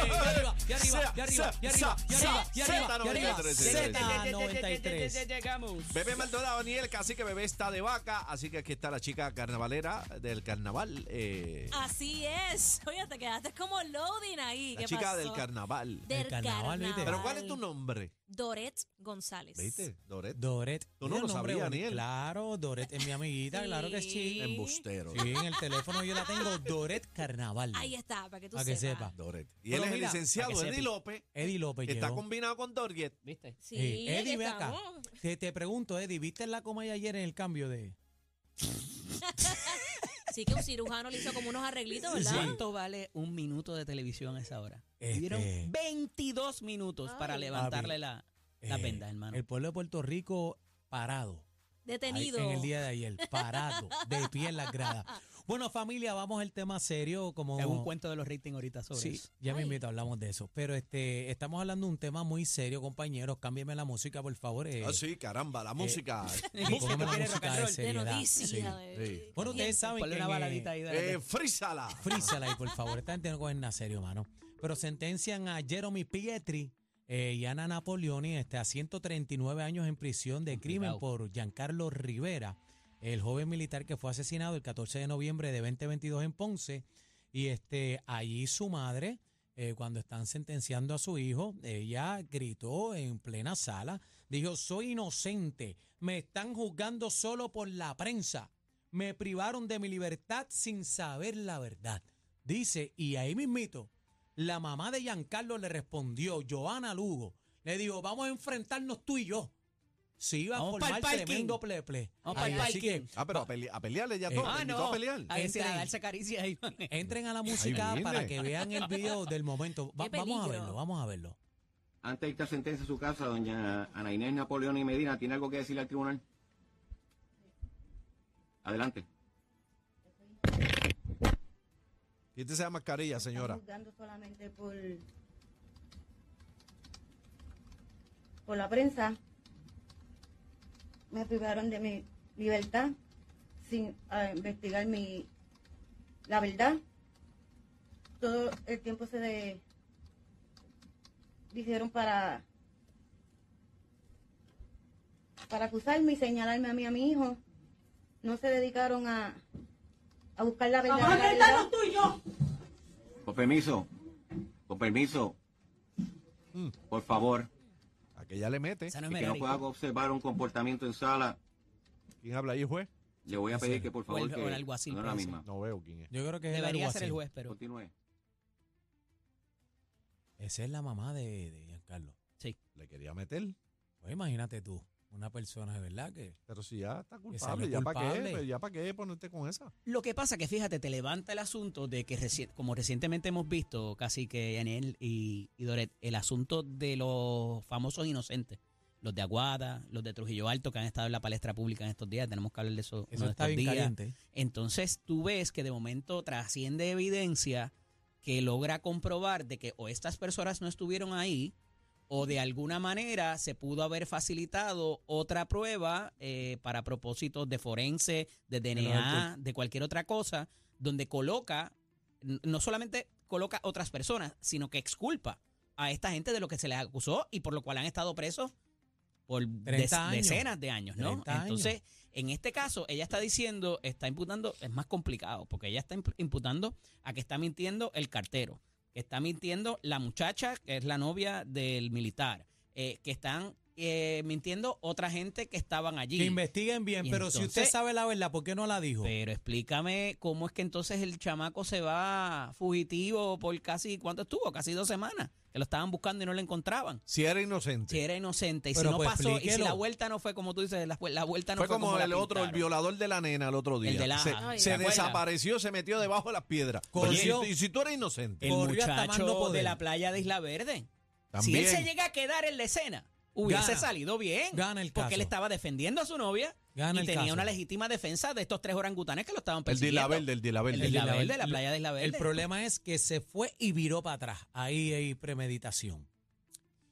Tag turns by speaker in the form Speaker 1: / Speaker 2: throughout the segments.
Speaker 1: de arriba, de arriba, de arriba, de arriba, de arriba, de arriba, Z93.
Speaker 2: Llegamos.
Speaker 1: Bebé
Speaker 3: Maldonado ni el cacique bebé está de vaca, así que aquí está la chica carnavalera del carnaval. eh,
Speaker 4: Así es. Oye, te quedaste como loading ahí.
Speaker 3: la
Speaker 4: ¿Qué
Speaker 3: chica
Speaker 4: pasó?
Speaker 3: del carnaval.
Speaker 4: Del
Speaker 1: Del carnaval,
Speaker 4: carnaval.
Speaker 1: ¿viste?
Speaker 3: Pero ¿cuál es tu nombre?
Speaker 4: Doret González.
Speaker 3: ¿Viste? Doret.
Speaker 1: Doret.
Speaker 3: Tú no
Speaker 1: Mira
Speaker 3: lo
Speaker 1: el nombre,
Speaker 3: sabías,
Speaker 1: bueno.
Speaker 3: Aniel.
Speaker 1: Claro, Doret es mi amiguita, claro que sí.
Speaker 3: Embustero.
Speaker 1: Sí, en el teléfono yo la tengo, Doret Carnaval.
Speaker 4: Ahí está, para que tú
Speaker 1: Para que
Speaker 4: sepas.
Speaker 1: sepa.
Speaker 3: Doret. Y
Speaker 1: Pero
Speaker 3: él es el
Speaker 1: mira, para
Speaker 3: licenciado
Speaker 1: que
Speaker 3: Eddie
Speaker 1: sepa.
Speaker 3: López.
Speaker 1: Eddie López
Speaker 3: Está
Speaker 1: llegó.
Speaker 3: combinado con Doriet.
Speaker 2: ¿Viste?
Speaker 1: Sí.
Speaker 4: Sí,
Speaker 1: Eh, Eddie, ve acá.
Speaker 4: estamos.
Speaker 1: Te, te pregunto, Eddie, ¿viste la coma de ayer en el cambio de...?
Speaker 4: Sí que un cirujano le hizo como unos arreglitos, ¿verdad?
Speaker 1: Sí.
Speaker 2: ¿Cuánto vale un minuto de televisión a esa hora?
Speaker 1: Este-
Speaker 2: Tuvieron 22 minutos para
Speaker 4: Ay.
Speaker 2: levantarle la, la
Speaker 1: eh,
Speaker 2: venda, hermano.
Speaker 1: El pueblo de Puerto Rico parado. Ahí,
Speaker 4: Detenido.
Speaker 1: en el día de ayer, parado, de pie en las gradas. Bueno, familia, vamos al tema serio. Como
Speaker 2: Te hago un cuento de los ratings ahorita sobre
Speaker 1: Sí,
Speaker 2: eso.
Speaker 1: ya me
Speaker 4: Ay.
Speaker 1: invito, hablamos de eso. Pero este, estamos hablando de un tema muy serio, compañeros. Cámbienme la música, por favor. eh,
Speaker 3: Ah, sí, caramba, la música.
Speaker 1: y póngame la
Speaker 2: Tú quieres
Speaker 1: música
Speaker 2: rock and
Speaker 1: de
Speaker 2: roll.
Speaker 4: de
Speaker 1: seriedad.
Speaker 4: noticias.
Speaker 1: sí.
Speaker 4: de-
Speaker 3: sí.
Speaker 1: Bueno, ustedes saben que
Speaker 2: Ponle una
Speaker 1: en, eh,
Speaker 2: baladita ahí. dale.
Speaker 3: Eh, frízala.
Speaker 1: Frízala ahí, por favor. Esta gente no coge nada serio, mano. Pero sentencian a Jeremy Pietri eh, y Ana Napoleoni este, a 139 años en prisión de crimen
Speaker 2: Complicado.
Speaker 1: por Giancarlo Rivera, el joven militar que fue asesinado el 14 de noviembre de 2022 en Ponce. Y este, allí su madre, eh, cuando están sentenciando a su hijo, ella gritó en plena sala, dijo, soy inocente, me están juzgando solo por la prensa, me privaron de mi libertad sin saber la verdad. Dice, y ahí mismito, la mamá de Giancarlo le respondió, Joana Lugo, le dijo, vamos a enfrentarnos tú y yo. Si iba a
Speaker 2: Vamos pa'l
Speaker 1: formar
Speaker 2: parking.
Speaker 1: tremendo pleple.
Speaker 2: Vamos pa'l
Speaker 1: Así que
Speaker 2: parking.
Speaker 3: Ah, pero a, pele- a pelearle ya
Speaker 1: Eh,
Speaker 3: todo.
Speaker 1: ah,
Speaker 3: te invitó a pelear.
Speaker 2: Ahí
Speaker 1: Entren.
Speaker 2: se a darse caricia ahí.
Speaker 1: Entren a la música
Speaker 3: viene.
Speaker 1: para que vean el video del momento. Va-
Speaker 4: Qué
Speaker 1: vamos a
Speaker 4: peligro.
Speaker 1: verlo, vamos a verlo.
Speaker 5: Antes de esta sentencia a su casa, doña Ana Inés Napoleón y Medina, ¿tiene algo que decirle al tribunal? Adelante.
Speaker 3: Quítese la Este mascarilla, señora.
Speaker 6: juzgando solamente por por la prensa me privaron de mi libertad sin ah, investigar mi la verdad todo el tiempo se de dijeron para para acusarme y señalarme a mí a mi hijo no se dedicaron a a buscar la verdad, la verdad.
Speaker 5: Con permiso. Con permiso.
Speaker 2: Mm.
Speaker 5: Por favor.
Speaker 3: A que ya le mete.
Speaker 2: Esa no es
Speaker 5: Y que no
Speaker 2: Merari.
Speaker 5: pueda observar un comportamiento en sala,
Speaker 3: ¿Quién habla ahí, juez?
Speaker 5: le voy a pedir que por
Speaker 2: O el-
Speaker 5: favor
Speaker 2: o
Speaker 5: que
Speaker 2: el alguacil
Speaker 5: no la
Speaker 2: puede
Speaker 5: misma.
Speaker 3: No veo quién es.
Speaker 1: Yo creo que es
Speaker 2: Debería
Speaker 1: el
Speaker 2: ser el
Speaker 1: alguacil.
Speaker 2: juez, pero.
Speaker 5: Continúe.
Speaker 1: Esa es la mamá de, de Giancarlo.
Speaker 3: Le quería meter.
Speaker 1: Pues imagínate tú, una persona de verdad que.
Speaker 3: Pero si ya está
Speaker 1: no es
Speaker 3: culpable, ya para qué,
Speaker 1: culpable.
Speaker 3: pero ya para qué ponerte con esa.
Speaker 2: Lo que pasa que fíjate, te levanta el asunto de que reci- como recientemente hemos visto, casi que Daniel y, y Doret, el asunto de los famosos inocentes, los de Aguada, los de Trujillo Alto que han estado en la palestra pública en estos días, tenemos que hablar de eso. uno
Speaker 1: Eso
Speaker 2: de
Speaker 1: está
Speaker 2: estos
Speaker 1: bien
Speaker 2: días.
Speaker 1: caliente.
Speaker 2: Entonces tú ves que de momento trasciende evidencia que logra comprobar de que o estas personas no estuvieron ahí o de alguna manera se pudo haber facilitado otra prueba eh, para propósitos de forense, de DNA, de cualquier otra cosa, donde coloca, n- no solamente coloca otras personas, sino que exculpa a esta gente de lo que se les acusó y por lo cual han estado presos por
Speaker 1: 30
Speaker 2: dec-
Speaker 1: años.
Speaker 2: decenas de años, ¿no?
Speaker 1: 30 años.
Speaker 2: Entonces, en este caso, ella está diciendo, está imputando, es más complicado, porque ella está imp- imputando a que está mintiendo el cartero, que está mintiendo la muchacha, que es la novia del militar, eh, que están eh, mintiendo otra gente que estaban allí.
Speaker 1: Que investiguen bien,
Speaker 2: y
Speaker 1: pero si usted
Speaker 2: entonces-
Speaker 1: sabe la verdad, ¿por qué no la dijo?
Speaker 2: Pero explícame cómo es que entonces el chamaco se va fugitivo por casi, ¿cuánto estuvo? Casi dos semanas, que lo estaban buscando y no lo encontraban.
Speaker 3: Si era inocente.
Speaker 2: Si era inocente y
Speaker 1: Pero,
Speaker 2: si no
Speaker 1: pues,
Speaker 2: pasó, y si
Speaker 1: explíquelo.
Speaker 2: la vuelta no fue como tú dices, la, la vuelta no
Speaker 3: fue
Speaker 2: fue,
Speaker 3: como,
Speaker 2: la
Speaker 3: el otro, el
Speaker 2: pintaron.
Speaker 3: violador de la nena el otro día.
Speaker 2: El de la-
Speaker 3: se
Speaker 2: Ay,
Speaker 3: se
Speaker 2: ¿te acuerdas?
Speaker 3: desapareció, se metió debajo de las piedras.
Speaker 1: Corrió.
Speaker 3: Y si- y, si tú eres inocente,
Speaker 2: El
Speaker 1: Corrió hasta más
Speaker 2: muchacho
Speaker 1: no poder.
Speaker 2: de la playa de Isla Verde.
Speaker 3: también.
Speaker 2: Si él se llega a quedar en la escena, hubiese
Speaker 1: Gana.
Speaker 2: salido bien.
Speaker 1: Gana el
Speaker 2: Porque él
Speaker 1: caso.
Speaker 2: estaba defendiendo a su novia
Speaker 1: Gana
Speaker 2: y
Speaker 1: el
Speaker 2: tenía
Speaker 1: caso.
Speaker 2: una legítima defensa de estos tres orangutanes que lo estaban
Speaker 3: el de
Speaker 2: persiguiendo.
Speaker 3: Isla Verde, el de Isla
Speaker 2: El
Speaker 3: Verde.
Speaker 2: de Isla
Speaker 1: Isla
Speaker 2: Verde,
Speaker 1: Verde.
Speaker 2: la playa de Isla Verde.
Speaker 1: El problema es que se fue y viró para atrás. Ahí hay premeditación.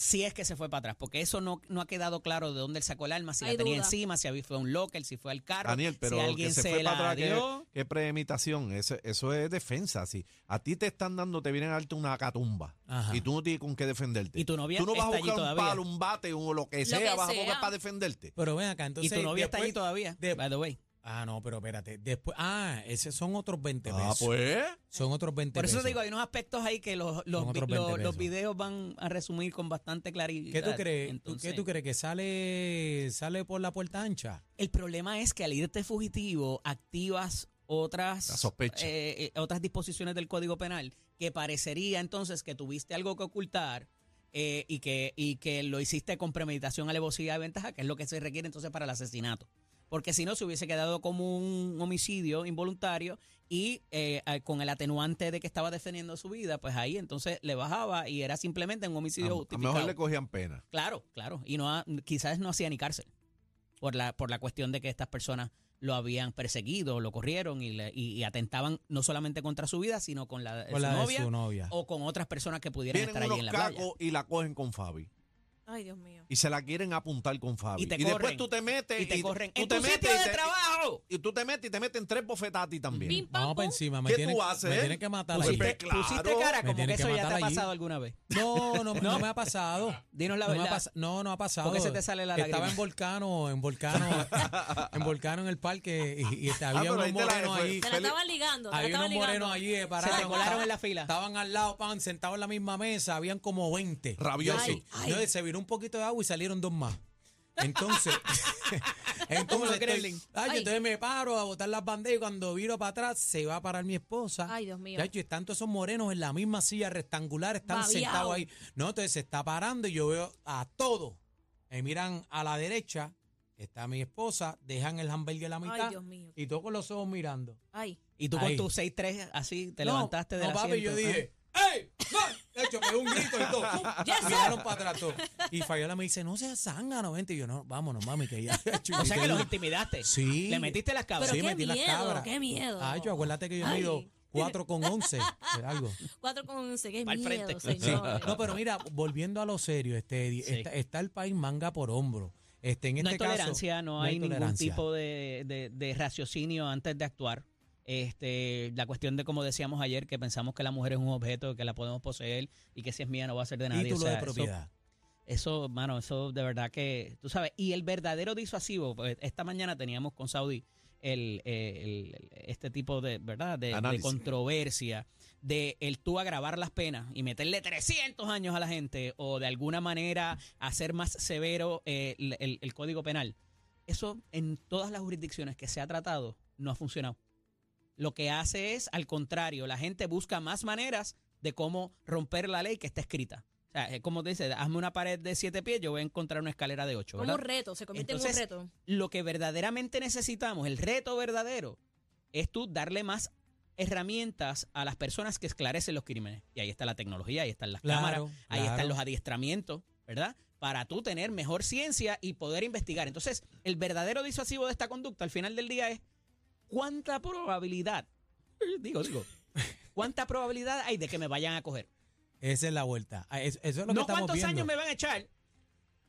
Speaker 2: si es que se fue para atrás, porque eso no, no ha quedado claro de dónde él sacó el arma, si
Speaker 4: Hay
Speaker 2: la tenía
Speaker 4: duda.
Speaker 2: encima, si había- fue a un locker, si fue al carro,
Speaker 3: Daniel, pero
Speaker 2: si
Speaker 3: que
Speaker 2: alguien
Speaker 3: se
Speaker 2: se,
Speaker 3: fue
Speaker 2: la
Speaker 3: para atrás, que-
Speaker 2: dio.
Speaker 3: ¿Qué premeditación? Eso, eso es defensa. Si a ti te están dando, te vienen a darte una catumba.
Speaker 1: Ajá.
Speaker 3: Y tú no tienes con qué defenderte.
Speaker 2: Y tu novia
Speaker 3: Tú no vas a
Speaker 2: está allí
Speaker 3: buscar un
Speaker 2: todavía.
Speaker 3: palo, un bate o lo que sea.
Speaker 4: que
Speaker 3: vas a
Speaker 4: sea.
Speaker 3: buscar para defenderte.
Speaker 1: Pero ven acá,
Speaker 2: Y
Speaker 1: entonces.
Speaker 2: tu novia está
Speaker 1: después-
Speaker 2: allí todavía,
Speaker 1: de-
Speaker 2: by the way.
Speaker 1: Ah, no, pero espérate. Después, ah, esos son otros 20
Speaker 3: Ah,
Speaker 1: pesos.
Speaker 3: pues.
Speaker 1: Son otros 20
Speaker 2: Por eso
Speaker 1: pesos.
Speaker 2: te digo, hay unos aspectos ahí que los, los,
Speaker 1: Son
Speaker 2: vi-
Speaker 1: otros 20
Speaker 2: los- los
Speaker 1: pesos.
Speaker 2: videos van a resumir con bastante claridad.
Speaker 1: ¿Qué tú crees? ¿Tú-
Speaker 2: Entonces,
Speaker 1: ¿Qué tú crees? ¿Que sale, sale por la puerta ancha?
Speaker 2: El problema es que al irte fugitivo activas otras,
Speaker 3: La sospecha.
Speaker 2: eh, eh, otras disposiciones del Código Penal que parecería entonces que tuviste algo que ocultar eh, y, que, y que lo hiciste con premeditación, alevosía y ventaja, que es lo que se requiere entonces para el asesinato. Porque si no, se hubiese quedado como un homicidio involuntario y eh, ah, con el atenuante de que estaba defendiendo su vida, pues ahí entonces le bajaba y era simplemente un
Speaker 3: A
Speaker 2: homicidio
Speaker 3: a lo
Speaker 2: justificado.
Speaker 3: mejor le cogían pena.
Speaker 2: Claro, claro. Y no ha- quizás no hacía ni cárcel por la, por la cuestión de que estas personas lo habían perseguido, lo corrieron y, le- y- y atentaban no solamente contra su vida, sino con la de,
Speaker 1: Por la
Speaker 2: su,
Speaker 1: de
Speaker 2: novia,
Speaker 1: su novia.
Speaker 2: o con otras personas que pudieran
Speaker 3: Vienen
Speaker 2: estar allí
Speaker 3: unos
Speaker 2: en la playa.
Speaker 3: cacos y la cogen con Fabi.
Speaker 4: Ay, Dios mío.
Speaker 3: Y se la quieren apuntar con Fabi.
Speaker 2: Y te
Speaker 3: después
Speaker 2: corren.
Speaker 3: tú te metes.
Speaker 2: Y te corren
Speaker 3: tú
Speaker 2: en
Speaker 3: te
Speaker 2: tu
Speaker 3: metes
Speaker 2: sitio
Speaker 3: y
Speaker 2: de
Speaker 3: te-
Speaker 2: trabajo.
Speaker 3: Y tú te metes y te meten tres bofetadas a ti también.
Speaker 4: Pim, pam,
Speaker 1: Vamos para
Speaker 4: pum.
Speaker 1: encima. Me
Speaker 3: ¿Qué
Speaker 1: tienen,
Speaker 3: tú haces?
Speaker 1: Me tienen que matar
Speaker 3: Pues
Speaker 1: ahí.
Speaker 3: ve- claro.
Speaker 2: Pusiste cara
Speaker 1: Me
Speaker 2: como que
Speaker 1: tienen que
Speaker 2: eso ya te
Speaker 1: matar
Speaker 2: ha
Speaker 1: allí.
Speaker 2: pasado alguna vez.
Speaker 1: No, no, no me ha pasado.
Speaker 2: Dinos la
Speaker 1: no, me ha
Speaker 2: verdad.
Speaker 1: pas- no, no ha pasado.
Speaker 2: ¿Por qué se te sale la
Speaker 1: Estaba
Speaker 2: lágrima?
Speaker 1: en Volcano, en Volcano, en Volcano en el parque y, y este, había
Speaker 3: Ah, pero
Speaker 1: unos
Speaker 3: ahí te la-
Speaker 1: morenos
Speaker 3: fue-
Speaker 1: allí.
Speaker 4: Te la
Speaker 3: Felipe-
Speaker 4: estaban ligando. Te la
Speaker 1: Había
Speaker 4: estaban
Speaker 1: unos morenos
Speaker 4: ligando.
Speaker 1: allí eh,
Speaker 2: Se
Speaker 1: parados.
Speaker 2: te colaron en la fila.
Speaker 1: Estaban al lado, pan, sentados en la misma mesa, habían como 20.
Speaker 3: Rabioso.
Speaker 1: Yo así,
Speaker 2: Ay.
Speaker 1: yo, se viró un poquito de agua y salieron dos más. Entonces,
Speaker 2: Como los
Speaker 1: entonces, estoy-
Speaker 2: Kremlin.
Speaker 1: ay,
Speaker 4: Ay.
Speaker 1: entonces me paro a botar las banderas y cuando viro para atrás se va a parar mi esposa.
Speaker 4: Ay, Dios mío.
Speaker 1: Ya, y están todos esos morenos en la misma silla rectangular, están
Speaker 4: Babiao.
Speaker 1: sentados ahí. No, entonces se está parando y yo veo a todos. Me miran a la derecha, está mi esposa, dejan el hamburger a la mitad
Speaker 4: Ay, Dios mío.
Speaker 1: y todos con los ojos mirando.
Speaker 4: Ay.
Speaker 2: Y tú con
Speaker 1: Ahí.
Speaker 2: tu 6-3 así te
Speaker 1: No,
Speaker 2: levantaste de
Speaker 1: no,
Speaker 2: la
Speaker 1: papi, yo dije, ¡Ey! ¡Van! De hecho, pegó un grito y todo. ¡pum!
Speaker 4: Yes, sir.
Speaker 1: Miraron para atrás todo. Y Fabiola me dice, no seas zángano, vente. Y yo, no, vámonos, mami, que ya.
Speaker 2: Ah. O sea que los intimidaste.
Speaker 1: Sí.
Speaker 2: Le metiste las cabras.
Speaker 1: Sí,
Speaker 4: Pero qué
Speaker 1: metí las
Speaker 4: miedo,
Speaker 1: cabras.
Speaker 4: qué miedo.
Speaker 1: Ay, yo, acuérdate que yo
Speaker 4: Ay.
Speaker 1: mido 4 con 11. Algo.
Speaker 4: 4 con 11. Qué
Speaker 2: Pa'l
Speaker 4: miedo,
Speaker 2: frente.
Speaker 4: señores.
Speaker 1: Sí. No, pero mira, volviendo a lo serio, este, Eddie,
Speaker 2: Sí.
Speaker 1: está, está el país manga por hombro. Este, en
Speaker 2: no
Speaker 1: este
Speaker 2: hay
Speaker 1: caso,
Speaker 2: tolerancia, no, hay, ningún
Speaker 1: tolerancia.
Speaker 2: tipo de, de- de raciocinio antes de actuar. Este, la cuestión de como decíamos ayer, que pensamos que la mujer es un objeto, que la podemos poseer y que si es mía no va a ser de nadie.
Speaker 1: Título
Speaker 2: O sea,
Speaker 1: de propiedad.
Speaker 2: Eso, eso, mano, eso de verdad que, tú sabes, y el verdadero disuasivo, pues, esta mañana teníamos con Saudi el, eh, el- el- este tipo de, ¿verdad? De, de
Speaker 3: Análisis.
Speaker 2: controversia, de el tú agravar las penas y meterle 300 años a la gente o de alguna manera hacer más severo eh, el, el- el código penal. Eso en todas las jurisdicciones que se ha tratado no ha funcionado. Lo que hace es, al contrario, la gente busca más maneras de cómo romper la ley que está escrita. O sea, es como te dice, hazme una pared de siete pies, yo voy a encontrar una escalera de ocho.
Speaker 4: Como
Speaker 2: ¿verdad?
Speaker 4: un reto, se convierte
Speaker 2: Entonces,
Speaker 4: en un reto.
Speaker 2: Lo que verdaderamente necesitamos, el reto verdadero, es tú darle más herramientas a las personas que esclarecen los crímenes. Y ahí está la tecnología, ahí están las cámaras,
Speaker 1: Claro,
Speaker 2: ahí están
Speaker 1: claro.
Speaker 2: los adiestramientos, ¿verdad? Para tú tener mejor ciencia y poder investigar. Entonces, el verdadero disuasivo de esta conducta al final del día es cuánta probabilidad, digo, digo, cuánta probabilidad hay de que me vayan a coger.
Speaker 1: Esa es la vuelta. Ah, Eso, eso es lo que
Speaker 2: No
Speaker 1: estamos
Speaker 2: cuántos
Speaker 1: viendo.
Speaker 2: años me van a echar,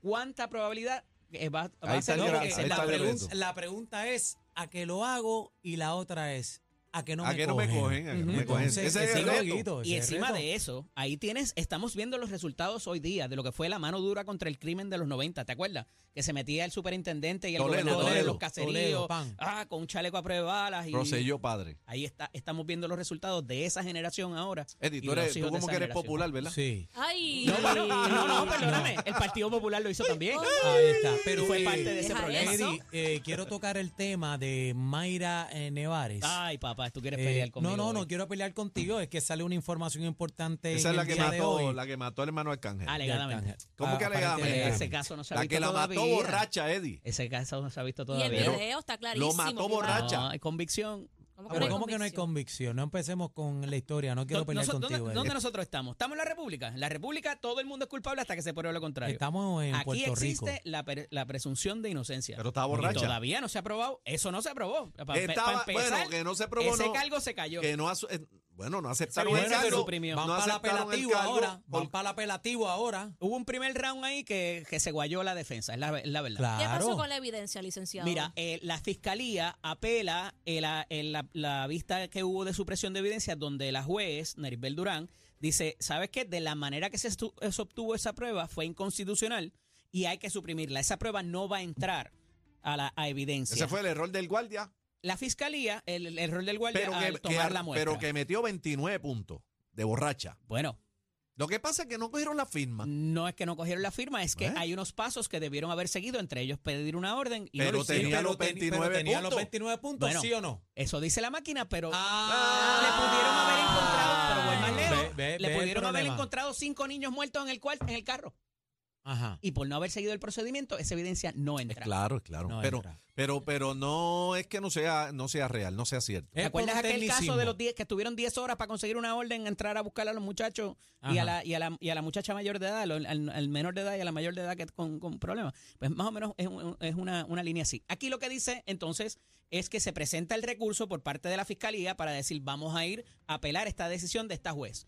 Speaker 2: cuánta probabilidad eh, va, va
Speaker 3: Ahí
Speaker 2: a
Speaker 3: está
Speaker 2: ser
Speaker 3: el
Speaker 2: no,
Speaker 3: gran-
Speaker 2: porque
Speaker 3: ahí
Speaker 2: la
Speaker 3: está el
Speaker 2: pregunta-
Speaker 3: reto.
Speaker 1: pregun- la pregunta es a que lo hago y la otra es a que no,
Speaker 3: a
Speaker 1: me,
Speaker 3: que no
Speaker 1: cogen.
Speaker 3: me cogen, a que no me
Speaker 1: Ujú.
Speaker 3: cogen. Ese
Speaker 1: Entonces,
Speaker 3: es el
Speaker 1: ese
Speaker 3: reto.
Speaker 1: jueguito,
Speaker 2: Y
Speaker 1: ese es el
Speaker 2: encima
Speaker 1: reto.
Speaker 2: de eso, ahí tienes, estamos viendo los resultados hoy día de lo que fue la mano dura contra el crimen de los 90, ¿te acuerdas? Que se metía el superintendente y el
Speaker 3: Toledo,
Speaker 2: gobernador de
Speaker 3: Toledo,
Speaker 2: los caseríos,
Speaker 1: Toledo, pan.
Speaker 2: ah, con un chaleco a prueba de balas y
Speaker 3: Rosselló padre.
Speaker 2: ahí está, estamos viendo los resultados de esa generación ahora.
Speaker 3: Eddie,
Speaker 2: y
Speaker 3: tú, eres,
Speaker 2: los
Speaker 3: tú
Speaker 2: hijos de
Speaker 3: como
Speaker 2: esa
Speaker 3: que eres
Speaker 2: generación.
Speaker 3: popular, ¿verdad?
Speaker 1: Sí.
Speaker 4: Ay.
Speaker 2: No, pero- no, no, perdóname, el Partido Popular lo hizo también.
Speaker 1: Ahí está. Pero
Speaker 2: Pero fue
Speaker 1: eh,
Speaker 2: parte de ese
Speaker 4: deja
Speaker 2: problema.
Speaker 4: eso.
Speaker 1: Eddie, eh, quiero tocar el tema de Mayra eh, Nevares.
Speaker 2: Ay, papá, tú Ah, quieres
Speaker 1: Eh,
Speaker 2: pelear conmigo.
Speaker 1: no, no,
Speaker 2: hoy.
Speaker 1: no quiero pelear contigo. Es que sale una información importante.
Speaker 3: Esa es
Speaker 1: en
Speaker 3: la
Speaker 1: el
Speaker 3: que
Speaker 1: día de
Speaker 3: mató,
Speaker 1: hoy.
Speaker 3: la que mató al hermano Arcángel.
Speaker 2: Ale- Ah, Alegadamente.
Speaker 3: ¿Cómo que alegadamente?
Speaker 1: Aparentemente.
Speaker 2: Ese caso no se ha
Speaker 3: la
Speaker 2: visto
Speaker 3: que la mató
Speaker 2: todavía.
Speaker 3: borracha, Eddie.
Speaker 2: Ese caso no se ha visto
Speaker 4: Y el
Speaker 2: todavía.
Speaker 4: video está clarísimo.
Speaker 3: Lo mató
Speaker 4: mi hermano.
Speaker 3: borracho.
Speaker 2: No, hay convicción.
Speaker 4: ¿Cómo
Speaker 1: Ah, pero
Speaker 3: Bueno.
Speaker 1: ¿Cómo que no hay convicción? No empecemos con la historia. No quiero
Speaker 2: Do-
Speaker 1: pelear
Speaker 2: noso-
Speaker 1: contigo.
Speaker 2: ¿dónde,
Speaker 1: Eddie.
Speaker 2: dónde nosotros estamos? Estamos en la República. En la República todo el mundo es culpable hasta que se pruebe lo contrario.
Speaker 1: Estamos en
Speaker 2: Aquí
Speaker 1: Puerto Rico.
Speaker 2: existe la, pre- la presunción de inocencia.
Speaker 3: Pero estaba
Speaker 2: Y
Speaker 3: borracha.
Speaker 2: todavía no se ha probado. Eso no se aprobó. Pa- pa- pa
Speaker 3: Estaba-
Speaker 2: empezar,
Speaker 3: bueno, que no se probó,
Speaker 2: ese
Speaker 3: no,
Speaker 2: cargo se cayó.
Speaker 3: que no asu- eh, Bueno, no aceptaron
Speaker 2: Ese
Speaker 3: el
Speaker 2: video se
Speaker 3: cargo.
Speaker 2: suprimió.
Speaker 3: No
Speaker 1: Van para el
Speaker 3: aceptaron el
Speaker 1: apelativo
Speaker 3: cargo.
Speaker 1: ahora.
Speaker 3: por-
Speaker 1: Van para el apelativo ahora.
Speaker 2: Hubo un primer round ahí que, que se guayó la defensa, es la, es la verdad.
Speaker 1: Claro.
Speaker 4: ¿Qué pasó con la evidencia, licenciado?
Speaker 2: Mira, eh, la fiscalía apela el- a- el- la, la vista que hubo de supresión de evidencia donde la juez, Neribel Durán, dice, ¿sabes qué? De la manera que se, estu- eh, se obtuvo esa prueba fue inconstitucional y hay que suprimirla. Esa prueba no va a entrar a la a evidencia.
Speaker 3: Ese fue el error del guardia.
Speaker 2: La fiscalía, el, el error del guardia
Speaker 3: Pero
Speaker 2: al
Speaker 3: que,
Speaker 2: tomar
Speaker 3: que-
Speaker 2: la muestra.
Speaker 3: pero que metió 29 puntos de borracha.
Speaker 2: Bueno,
Speaker 3: Lo que pasa es que no cogieron la firma.
Speaker 2: no es que no cogieron la firma, es que
Speaker 3: ¿Eh?
Speaker 2: hay unos pasos que debieron haber seguido, entre ellos pedir una orden y no
Speaker 3: Pero
Speaker 2: lo hicieron.
Speaker 3: tenía los
Speaker 1: ten-
Speaker 3: 29
Speaker 1: tenía
Speaker 3: puntos.
Speaker 1: los 29 puntos,
Speaker 2: Bueno.
Speaker 1: ¿sí o no?
Speaker 2: Eso dice la máquina, pero...
Speaker 1: Ah.
Speaker 2: le pudieron haber encontrado, pero voy más lejos,
Speaker 1: Ve- ve-
Speaker 2: le
Speaker 1: ve el
Speaker 2: pudieron haber
Speaker 1: problema.
Speaker 2: encontrado cinco niños muertos en el cuarto, en el carro.
Speaker 1: Ajá.
Speaker 2: Y por no haber seguido el procedimiento, esa evidencia no
Speaker 3: Es
Speaker 2: entra.
Speaker 3: claro, es claro.
Speaker 1: No
Speaker 3: pero,
Speaker 1: entra.
Speaker 3: pero, pero no es que no sea, no sea real, no sea cierto.
Speaker 2: ¿Te
Speaker 1: Es
Speaker 2: acuerdas
Speaker 1: por un
Speaker 2: aquel caso de
Speaker 1: tecnicismo.
Speaker 2: los 10 que estuvieron 10 horas para conseguir una orden, entrar a buscar a los muchachos y
Speaker 1: Ajá.
Speaker 2: a, la, y, a la, y a la muchacha mayor de edad, lo- al, al menor de edad y a la mayor de edad que con, con problemas? Pues más o menos es, un- es una, una línea así. Aquí lo que dice entonces es que se presenta el recurso por parte de la fiscalía para decir vamos a ir a apelar esta decisión de esta juez.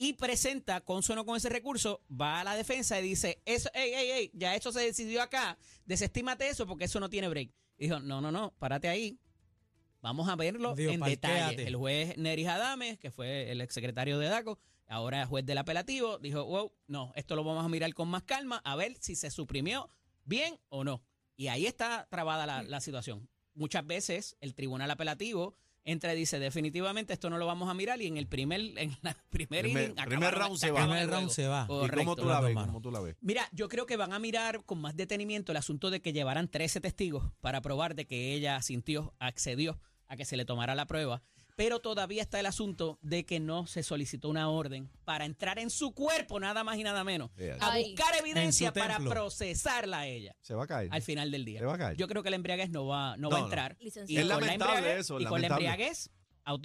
Speaker 2: Y presenta, consono con ese recurso, va a la defensa y dice, eso, ey, ey, ey, ya eso se decidió acá, desestímate eso porque eso no tiene break. Y dijo, no, no, no, párate ahí. Vamos a verlo
Speaker 1: Digo,
Speaker 2: en
Speaker 1: parquéate.
Speaker 2: detalle. El juez Neris Adames, que fue el exsecretario de DACO, ahora juez del apelativo, dijo, wow, no, esto lo vamos a mirar con más calma, a ver si se suprimió bien o no. Y ahí está trabada la, la situación. Muchas veces el tribunal apelativo entra y dice, definitivamente esto no lo vamos a mirar y en el primer, en la primer,
Speaker 3: Primer-
Speaker 2: inning
Speaker 3: primer
Speaker 2: acabaron-
Speaker 3: round se
Speaker 2: acaban
Speaker 3: va.
Speaker 2: el
Speaker 1: Primer
Speaker 2: juego.
Speaker 1: round se va. ¿Y
Speaker 3: ¿Y cómo
Speaker 2: Correcto.
Speaker 3: tú la ves?
Speaker 1: Romano.
Speaker 3: ¿Cómo tú la ves?
Speaker 2: Mira, yo creo que van a mirar con más detenimiento el asunto de que llevarán 13 testigos para probar de que ella sintió, accedió a que se le tomara la prueba. Pero todavía está el asunto de que no se solicitó una orden para entrar en su cuerpo, nada más y nada menos.
Speaker 3: Fíjate,
Speaker 2: A
Speaker 4: Ay.
Speaker 2: buscar evidencia para
Speaker 1: templo.
Speaker 2: procesarla a ella
Speaker 3: Se va a caer.
Speaker 2: al final del
Speaker 3: Se
Speaker 2: día.
Speaker 3: va a caer.
Speaker 2: Yo creo que la embriaguez no va, no,
Speaker 3: No,
Speaker 2: va a
Speaker 3: no.
Speaker 2: entrar.
Speaker 4: Licenciado.
Speaker 2: Y
Speaker 3: Es
Speaker 2: con la
Speaker 3: lamentable
Speaker 2: embriaguez-
Speaker 3: eso,
Speaker 2: y con la
Speaker 3: lamentable.
Speaker 2: embriaguez,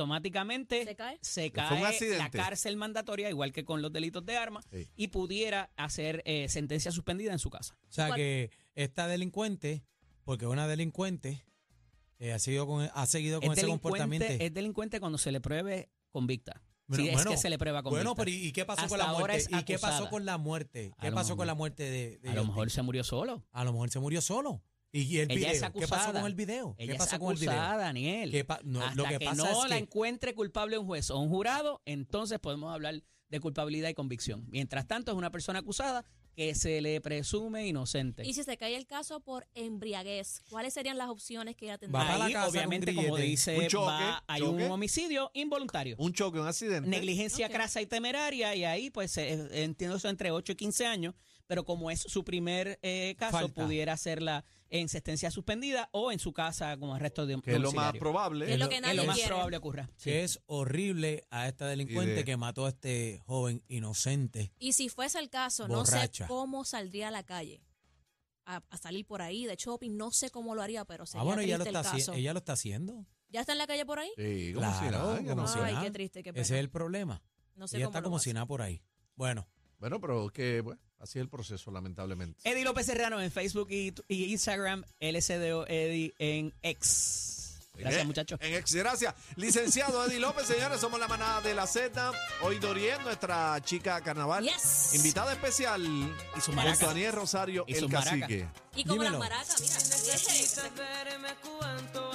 Speaker 2: automáticamente
Speaker 4: ¿Se cae?
Speaker 2: se
Speaker 3: Fue un
Speaker 2: cae la
Speaker 3: accidente.
Speaker 2: cárcel mandatoria, igual que con los delitos de armas,
Speaker 3: Sí.
Speaker 2: y pudiera hacer eh, sentencia suspendida en su casa.
Speaker 1: O sea
Speaker 4: ¿Cuál?
Speaker 1: que esta delincuente, porque es una delincuente, eh, ha, seguido con, ha seguido con
Speaker 2: Es
Speaker 1: ese comportamiento.
Speaker 2: delincuente, es delincuente cuando se le pruebe convicta.
Speaker 1: Bueno,
Speaker 2: si es
Speaker 1: bueno,
Speaker 2: que se le prueba convicta.
Speaker 1: Bueno, pero ¿y y qué pasó
Speaker 2: Hasta
Speaker 1: con la
Speaker 2: ahora
Speaker 1: muerte?
Speaker 2: es
Speaker 1: ¿Y qué pasó
Speaker 2: acusada.
Speaker 1: con la muerte?
Speaker 2: A
Speaker 1: ¿Qué
Speaker 2: lo
Speaker 1: pasó con
Speaker 2: mejor-
Speaker 1: la muerte de, de
Speaker 2: a lo
Speaker 1: Justin?
Speaker 2: mejor se murió solo.
Speaker 1: A lo mejor se murió solo. ¿Y el
Speaker 2: Ella
Speaker 1: video?
Speaker 2: es
Speaker 1: ¿Qué pasó
Speaker 2: acusada.
Speaker 1: con el video?
Speaker 2: Ella
Speaker 1: ¿Qué pasó
Speaker 2: es
Speaker 1: con el video?
Speaker 2: acusada, Daniel.
Speaker 1: ¿Qué pa- no,
Speaker 2: Hasta
Speaker 1: lo que,
Speaker 2: que,
Speaker 1: pasa
Speaker 2: no
Speaker 1: es
Speaker 2: la
Speaker 1: que
Speaker 2: encuentre culpable un juez o un jurado, entonces podemos hablar de culpabilidad y convicción. Mientras tanto, es una persona acusada que se le presume inocente.
Speaker 4: Y si se cae el caso por embriaguez, ¿cuáles serían las opciones que ella
Speaker 1: Va
Speaker 4: tendría?
Speaker 1: para la
Speaker 2: Ahí,
Speaker 1: casa,
Speaker 2: obviamente,
Speaker 1: un
Speaker 2: como
Speaker 1: grillete.
Speaker 2: dice,
Speaker 3: Un choque,
Speaker 2: va- hay
Speaker 3: choque.
Speaker 2: un homicidio involuntario.
Speaker 3: Un choque, un accidente.
Speaker 2: Negligencia
Speaker 4: Ok.
Speaker 2: crasa y temeraria, y ahí, pues, eh, entiendo eso entre 8 y 15 años, pero como es su primer eh, caso,
Speaker 1: Falta.
Speaker 2: pudiera hacerla en sentencia suspendida o en su casa como arresto de
Speaker 3: que es lo más
Speaker 2: domiciliario.
Speaker 4: Es
Speaker 3: probable.
Speaker 4: lo
Speaker 1: lo-
Speaker 4: que
Speaker 2: Es
Speaker 4: nadie
Speaker 2: lo más
Speaker 4: quiere.
Speaker 2: probable ocurra. Sí.
Speaker 1: que es horrible a esta delincuente
Speaker 3: de-
Speaker 1: que mató a este joven inocente.
Speaker 4: Y si fuese el caso,
Speaker 1: Borracha.
Speaker 4: no sé cómo saldría a la calle a, a salir por ahí de shopping. No sé cómo lo haría, pero sería
Speaker 1: Ah, bueno, ella lo,
Speaker 4: triste
Speaker 1: está,
Speaker 4: el
Speaker 1: haci-
Speaker 4: caso.
Speaker 1: ella lo está haciendo.
Speaker 4: ¿Ya está en la calle por ahí?
Speaker 3: Sí, como si
Speaker 1: Claro,
Speaker 3: nada, que
Speaker 1: como
Speaker 3: no-
Speaker 1: si
Speaker 4: Ay,
Speaker 1: nada.
Speaker 4: qué triste, qué pena.
Speaker 1: Ese es el problema.
Speaker 4: No sé
Speaker 1: ella
Speaker 4: cómo
Speaker 1: está
Speaker 4: lo
Speaker 1: como
Speaker 4: hace.
Speaker 1: si nada por ahí. Bueno,
Speaker 3: Bueno, pero que bueno, así es el proceso, lamentablemente.
Speaker 2: Eddie López Serrano en Facebook y, y Instagram, LCDO Eddie en X. Gracias,
Speaker 3: En-
Speaker 2: muchachos.
Speaker 3: En ex, gracias. Licenciado Eddie López, señores, somos la manada de la Z. Hoy Dorien, nuestra chica carnaval.
Speaker 4: Yes.
Speaker 3: Invitada especial.
Speaker 2: Y sus maracas.
Speaker 3: Junto a Aniel Rosario,
Speaker 2: Y
Speaker 3: el
Speaker 2: sus maracas.
Speaker 3: cacique.
Speaker 4: Y como las
Speaker 1: Dímelo.
Speaker 4: maracas, mira.
Speaker 7: Necesitas verme cuanto